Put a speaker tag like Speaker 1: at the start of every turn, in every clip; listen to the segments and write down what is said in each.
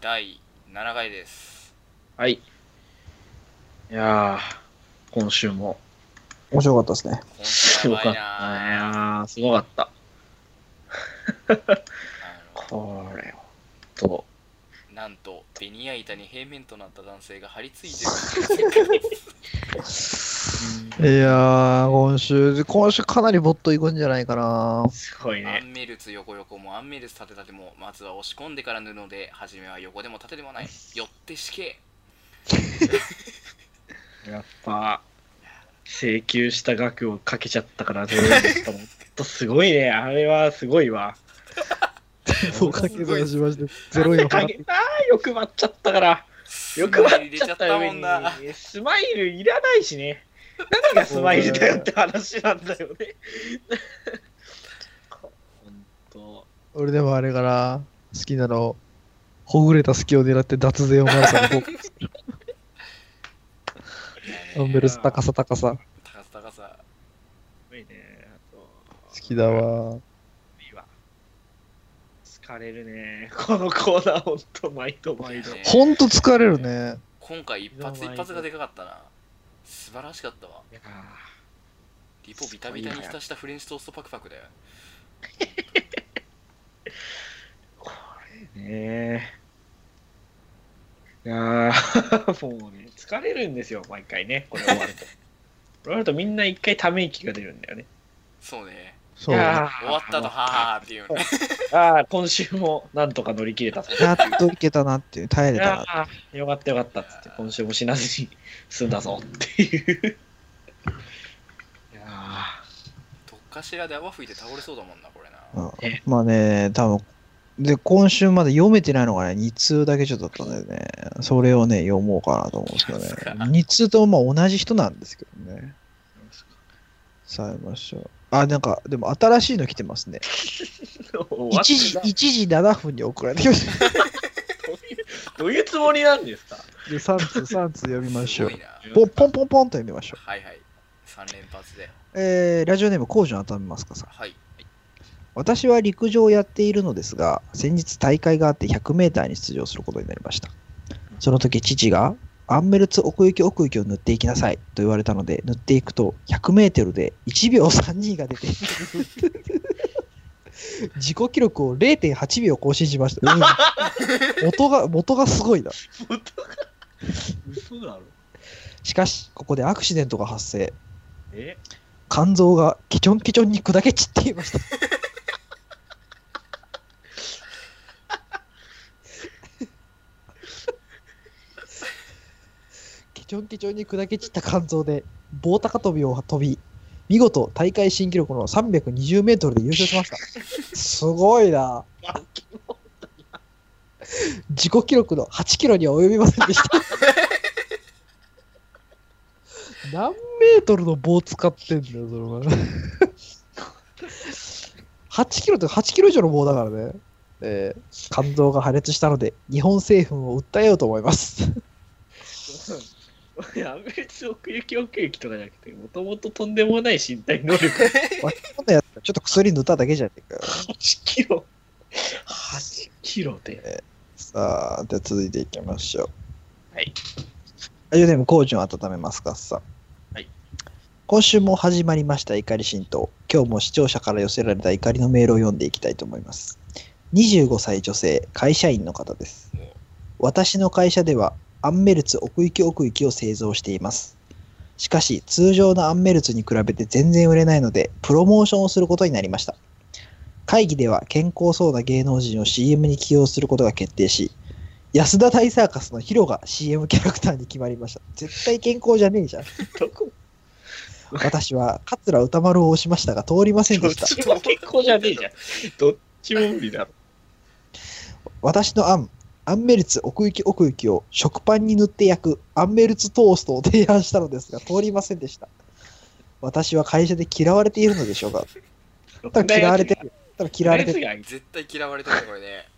Speaker 1: 第7回です。
Speaker 2: はい。いやー、今週も。
Speaker 3: 面白かったですね。
Speaker 1: 今週やばい
Speaker 2: よかった
Speaker 1: なぁ。
Speaker 2: ね。すごかった。
Speaker 1: あ
Speaker 2: これを。と、
Speaker 1: のなんと、ベニヤ板に平面となった男性が張り付いてる。
Speaker 3: いやー、今週、今週かなりボットいくんじゃないかな。
Speaker 2: すごい
Speaker 1: ア
Speaker 2: ね。
Speaker 1: ンメルツ横横もアンメルツ縦縦も、まずは押し込んでから布で、初めは横でも縦でもない。よって死刑。
Speaker 2: やっぱ、請求した額をかけちゃっ たから、どうですか。ほんとすごいね。あれはすごいわ。
Speaker 3: そうかけ算しまして、ゼロ円
Speaker 2: か
Speaker 3: 払っ
Speaker 2: け
Speaker 3: て。
Speaker 2: あー、欲張っちゃったから。欲張っちゃった上
Speaker 1: 入れちゃったもん
Speaker 2: に、スマイルいらないしね。何がスマイルだよって話なんだよ ね。ほんと。
Speaker 3: 俺でもあれから、好きなの、ほぐれた隙を狙って脱税をマルさんにこう、アンベルス高さ高さ。
Speaker 1: 高さ高さ。
Speaker 2: すごいね。あと
Speaker 3: 好きだ。わ。
Speaker 2: いいわ疲れるね。 このコーナー、ほんと、毎度毎度。
Speaker 1: ね
Speaker 3: ほんと疲れるね。
Speaker 1: 今回一発一発がでかかったな。素晴らしかったわ。
Speaker 2: いや
Speaker 1: リポビタビタに浸したフレンチトーストパクパクだよ。
Speaker 2: ーねーいやー もうね、疲れるんですよ、毎回ね。これ終 わると。これ終わるとみんな一回ため息が出るんだよね。
Speaker 1: そうね。
Speaker 3: そう。
Speaker 2: い
Speaker 3: や
Speaker 2: やー
Speaker 1: 終わったと、はーっていうね。
Speaker 2: ああ、今週もなんとか乗り切れたと。
Speaker 3: っといけたなっていう、耐えれたな。
Speaker 2: ああ、よかったよかったっつって、今週も死なずに済んだぞって いう。いや
Speaker 1: どっかしらで泡吹いて倒れそうだもんな、これな。
Speaker 3: うんまあね、多分で、今週まで読めてないのがね、2通だけちょっとだったんだよね。それをね、読もうかなと思うんですけどね
Speaker 1: そうですか。
Speaker 3: 2通ともまあ同じ人なんですけどね。
Speaker 2: ー
Speaker 3: さあ、読みましょう。あ、なんか、でも新しいの来てますね。1
Speaker 2: 終
Speaker 3: 時、
Speaker 2: わって
Speaker 3: 1時7分に送られてきまし
Speaker 2: などういうつもりなんですか
Speaker 3: た。で、3通、3通読みまし
Speaker 1: す
Speaker 3: ょ
Speaker 1: ご い。な。
Speaker 3: うポンポンポンポンと読みましょう。
Speaker 1: はいはい。3連発で。
Speaker 3: えー、ラジオネーム、工場温めますかさん。
Speaker 1: はい。
Speaker 3: 私は陸上をやっているのですが、先日大会があって 100m に出場することになりました。その時父が、アンメルツ奥行き奥行きを塗っていきなさいと言われたので、塗っていくと 100m で1秒32が出て、 自己記録を0.8秒更新しました。元が、元がすごいな。
Speaker 2: 本当か嘘だろ
Speaker 3: しかし、ここでアクシデントが発生。
Speaker 2: え
Speaker 3: 肝臓がケチョンケチョンに砕け散っていました。ケチョンケチョンに砕け散った肝臓で棒高跳びを飛び、見事大会新記録の320メートルで優勝しました。すごいな。自己記録の8キロには及びませんでした。何メートルの棒使ってんだよ、それは。8キロって8キロ以上の棒だからね。えー肝臓が破裂したので、日本製粉を訴えようと思います。
Speaker 2: いや、アンベルツ奥行き奥行きとかじゃなくて、もともととんでもない身体 能力が
Speaker 3: こんなやつちょっと薬塗っただけじゃねえかよ。
Speaker 2: 8キロ。8キロで。
Speaker 3: さあ、じゃあ続いていきましょう。
Speaker 2: はい。
Speaker 3: ラジオネーム、工事を温めますかさん。
Speaker 2: はい。
Speaker 3: 今週も始まりました怒り浸透。今日も視聴者から寄せられた怒りのメールを読んでいきたいと思います。25歳女性、会社員の方です。私の会社では、アンメルツ奥行き奥行きを製造しています。しかし、通常のアンメルツに比べて全然売れないので、プロモーションをすることになりました。会議では健康そうな芸能人を CM に起用することが決定し、安田大サーカスのヒロが CM キャラクターに決まりました。絶対健康じゃねえじゃん。
Speaker 2: どこ
Speaker 3: 私は桂歌丸を押しましたが通りません
Speaker 2: ど
Speaker 3: で
Speaker 2: っ
Speaker 3: した。
Speaker 2: ちも結構じゃねえじゃん。どっちも無理だろ。
Speaker 3: 私の案、アンメルツ奥行き奥行きを食パンに塗って焼くアンメルツトーストを提案したのですが通りませんでした。私は会社で嫌われているのでしょうか多分嫌われてる。多分嫌われてる。
Speaker 2: る。
Speaker 1: 絶対嫌われてるね、これね。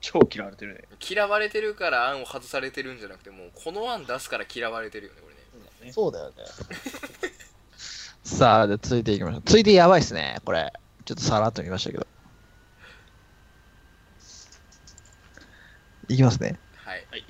Speaker 2: 超嫌われてるね。
Speaker 1: 嫌われてるから案を外されてるんじゃなくて、もうこの案出すから嫌われてるよね、これね。
Speaker 3: そうだよね。 さあ、で続いていきましょう。続いてやばいっすね、これ。ちょっとさらっと見ましたけど。いきますね。
Speaker 1: はい。
Speaker 2: はい。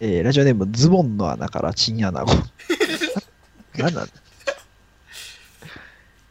Speaker 3: えーラジオネーム、ズボンの穴からチンア ナゴ。何なんだ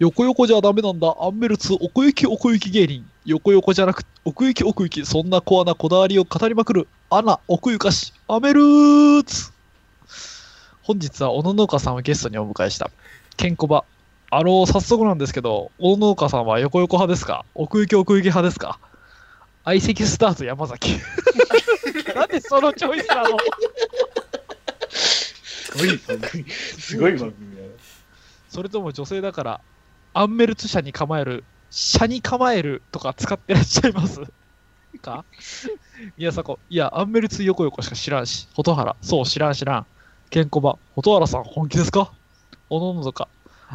Speaker 3: 横横じゃダメなんだ。アンメルツ奥行き奥行き芸人。横横じゃなく、奥行き奥行き。そんなコアなこだわりを語りまくる。アナ、奥ゆかし。アメルツ本日は小野農家さんをゲストにお迎えした。ケンコバ。あの、早速なんですけど、小野農家さんは横横派ですか奥行き奥行き派ですか相席スタート山崎。なんでそのチョイスなの
Speaker 2: すごい番組。すごい番組だな。
Speaker 4: それとも女性だから、アンメルツ社に構える、社に構えるとか使ってらっしゃいますか宮迫、いや、アンメルツ横横しか知らんし、蛍原、そう、知らん知らん。ケンコバ、蛍原さん、本気ですかおののとか。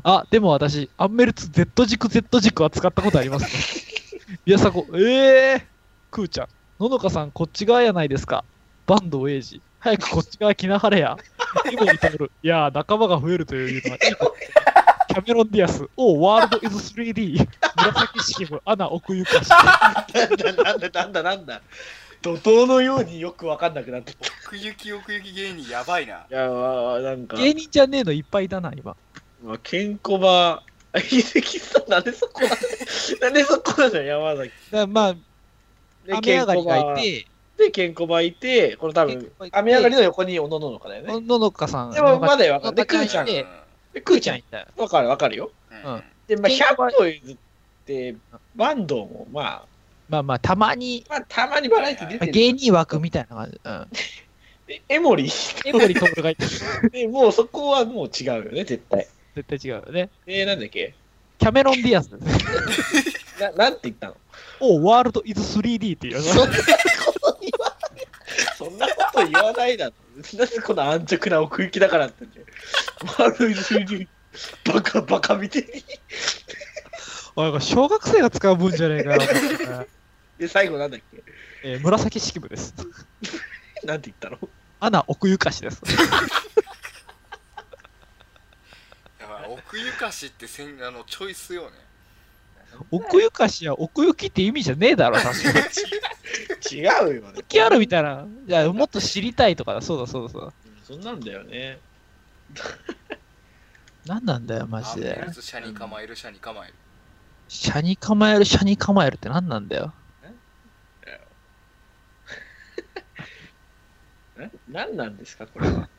Speaker 4: あ、でも私、アンメルツ Z 軸 Z 軸は使ったことあります、ね。 宮迫、えー、クーちゃん、ののかさん、こっち側やないですか。バンドウエイジ、早くこっち側来なはれや。イボに通る。いやー、仲間が増えるというのはいいことキャメロン・ディアス、おワールド・イズ 3D、紫式部、アナ・奥ゆかし、
Speaker 2: なんだなんだなんだ怒涛のようによく分かんなくなってきたい
Speaker 1: 奥行き奥行き芸人やばいな。
Speaker 2: やまあなんか、
Speaker 4: 芸人じゃねえのいっぱいだな、今。
Speaker 2: まあ、ケンコバ 秀樹さんなんでそこなん なんでそこなの山崎
Speaker 4: だまあ、
Speaker 2: で
Speaker 4: 雨上がり
Speaker 2: ケンコ
Speaker 4: が
Speaker 2: バ
Speaker 4: いて、
Speaker 2: でケンコバいてこの多
Speaker 4: ケン
Speaker 2: 分
Speaker 4: コバいて
Speaker 2: 雨上がりの横におのののかだよ
Speaker 4: の
Speaker 2: ね
Speaker 4: のかさん、
Speaker 2: でもまだ分かるで
Speaker 4: の
Speaker 2: ク
Speaker 4: のか
Speaker 2: ーちゃん
Speaker 4: いて
Speaker 2: でク
Speaker 4: クー
Speaker 2: ー
Speaker 4: ち
Speaker 2: ち
Speaker 4: ゃ
Speaker 2: ゃ
Speaker 4: ん
Speaker 2: ん
Speaker 4: いたよ。
Speaker 2: 分かる分かるよ
Speaker 1: うん。うん
Speaker 2: でまあ
Speaker 4: ケンコバ
Speaker 2: 100歩譲ってバンドもまあ
Speaker 4: まあまあ、たまに、
Speaker 2: まあたまにバラエティ出
Speaker 4: まあ
Speaker 2: て る
Speaker 4: 芸人枠みたいな感じ。うん。
Speaker 2: でエモリー
Speaker 4: エモリ・トールがいてる。
Speaker 2: でもうそこはもう違うよね絶対
Speaker 4: 絶対違うよね。
Speaker 2: えー、なんだっけ
Speaker 4: キャメロン・ディアス、
Speaker 2: ななんて言ったの
Speaker 4: おワールド・イズ 3D っていう。
Speaker 2: そんなこと言わない。そんなこと言わないだろ。なぜこの安直な奥行きだからって、ね。悪い収入、バカバカみてえに。
Speaker 4: おい、小学生が使う分じゃねえかよ。
Speaker 2: で、最後なんだっけ
Speaker 4: えー紫式部です。
Speaker 2: なんて言ったの
Speaker 4: アナ・奥ゆかしです。
Speaker 1: やばい奥ゆかしってせんあのチョイスよね。
Speaker 4: 奥ゆかしは奥行きって意味じゃねえ だろ、確かに。
Speaker 2: 違うよね。
Speaker 4: きあるみたいな。いや、もっと知りたいとかだ。そうだ、そうだ、そう
Speaker 2: そんなんだよね。
Speaker 4: だ。なんなんだよ、マ
Speaker 1: ア
Speaker 4: ジ
Speaker 1: ンベ
Speaker 4: で
Speaker 1: ル。ズ社に構える社に構える。
Speaker 4: 車に構える、車に構えるってなんなんだよ。
Speaker 2: ななんなんですか、これは。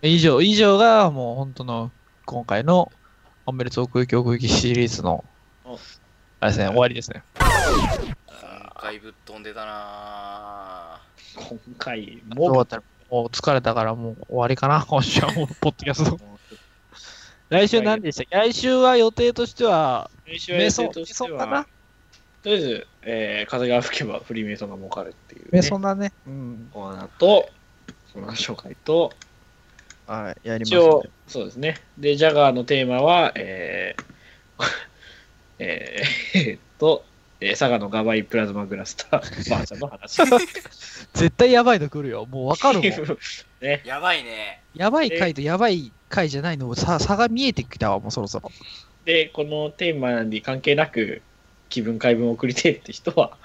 Speaker 4: 以上、以上がもう本当の今回のアンベルツ奥行き奥行きシリーズの
Speaker 2: お、
Speaker 4: あれですね、終わりですね。
Speaker 1: 今回ぶっ飛んでたなぁ
Speaker 2: 今回
Speaker 4: 終わ
Speaker 2: も
Speaker 4: ったらもう疲れたからもう終わりかな、 今週はもう、ポッドキャ スト。来週何でしたっけ来週は予定としては、
Speaker 2: 練習
Speaker 4: メソン、メソンかな
Speaker 2: とりあえず、えー風が吹けばフリーメイソンが儲かるっていう、ね、
Speaker 3: メソンだね。うん。
Speaker 2: コーナーと、コーナー紹介と、
Speaker 3: はい、やります、
Speaker 2: 一応、そうですね。で、ジャガーのテーマは、えー、 えー、えーっと、えー佐賀のガバイプラズマグラスターバージョンの話。
Speaker 4: 絶対やばいの来るよ。もうわかるもん。
Speaker 2: ね、
Speaker 1: やばいね。
Speaker 4: やばい回とやばい回じゃないのさ差が見えてきたわ、もうそろそろ。
Speaker 2: で、このテーマに関係なく、気分解分送りてえって人は、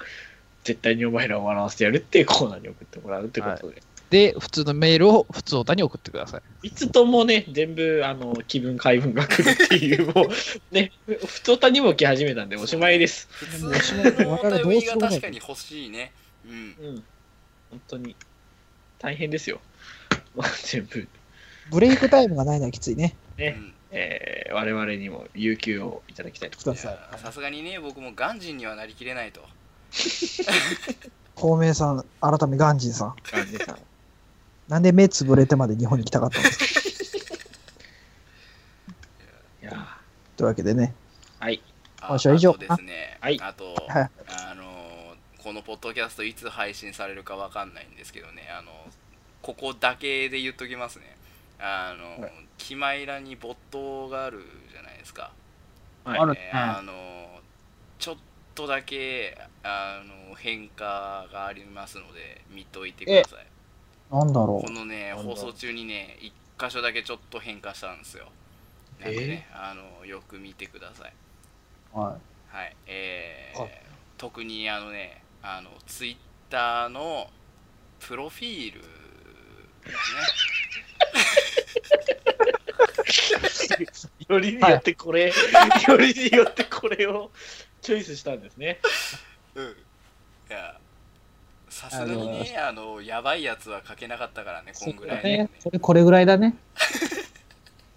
Speaker 2: 絶対にお前らを笑わせてやるっていうコーナーに送ってもらうってことで。
Speaker 4: で、普通のメールを普通おたに送ってください。
Speaker 2: い、つともね、全部、あの、気分解分が来るっていう、もう、ね、ふ とたにも来始めたんで、おしまいです。
Speaker 1: 普
Speaker 3: で
Speaker 1: 通
Speaker 3: も
Speaker 1: の
Speaker 3: おしまい
Speaker 1: お
Speaker 3: 我々ど
Speaker 1: 便
Speaker 3: う
Speaker 1: り
Speaker 3: しよ
Speaker 1: が
Speaker 3: うもない
Speaker 1: 確かに欲しいね。うん。
Speaker 2: うん。本当に、大変ですよ。 まあ、全部、
Speaker 3: ブレイクタイムがないのはきついね。
Speaker 1: う
Speaker 2: え
Speaker 1: ん
Speaker 2: えー、我々にも有給をいただきたいと
Speaker 3: くだ
Speaker 1: い
Speaker 3: さい
Speaker 1: や。ーさすがにね、僕も鑑真にはなりきれないと。
Speaker 3: 孔明さん、改めガンジンさん。
Speaker 2: 感じさん。
Speaker 3: なんで目つぶれてまで日本に来たかったんですか
Speaker 2: いやー
Speaker 3: というわけでね。
Speaker 2: はい。
Speaker 1: あ
Speaker 3: 今週は以上
Speaker 1: あとですね。
Speaker 2: はい
Speaker 1: あと、
Speaker 3: はい
Speaker 1: あのーこのポッドキャストいつ配信されるかわかんないんですけどね、あのここだけで言っときますね。あのー
Speaker 2: はい
Speaker 1: キマイラに没頭があるじゃないですか。
Speaker 2: はい、
Speaker 4: ある
Speaker 1: えー
Speaker 4: うん
Speaker 1: あのーちょっとだけ、あのー変化がありますので、見といてください。
Speaker 3: なんだろ
Speaker 1: このね、
Speaker 2: なん
Speaker 1: 放
Speaker 2: だ
Speaker 1: 送中にね、一箇所だけちょっと変化したんですよ。なんでね、あのーよく見てください。
Speaker 3: う。は
Speaker 1: はい、えー
Speaker 3: はい
Speaker 1: 特にあのね、あのツイッターのプロフィール、ね、
Speaker 2: よりによってこれ、 よりによってこれを チョイスしたんですね。
Speaker 1: うんいやさすがにねあのやばいやつは書けなかったからねこ
Speaker 3: そ
Speaker 1: ん
Speaker 3: う
Speaker 1: ぐ
Speaker 3: だ
Speaker 1: らいね
Speaker 3: ね。それこれぐらいだね。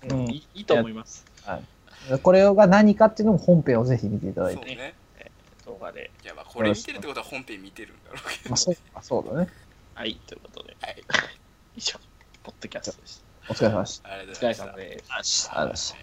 Speaker 2: うん、いいいと思います。
Speaker 3: これが何かっていうのも本編をぜひ見ていただい
Speaker 1: そ
Speaker 3: て。
Speaker 1: うね
Speaker 2: 動画で。
Speaker 1: いやまあこれ見てるってことは本編見てるんだろうけ
Speaker 3: まあ、そうかそうだね。
Speaker 2: はい、ということで。
Speaker 1: はい
Speaker 2: 以上、ポッドキャストでし
Speaker 3: お疲れ様でした。
Speaker 1: どあれだ
Speaker 2: た。お疲れ様です。
Speaker 1: はい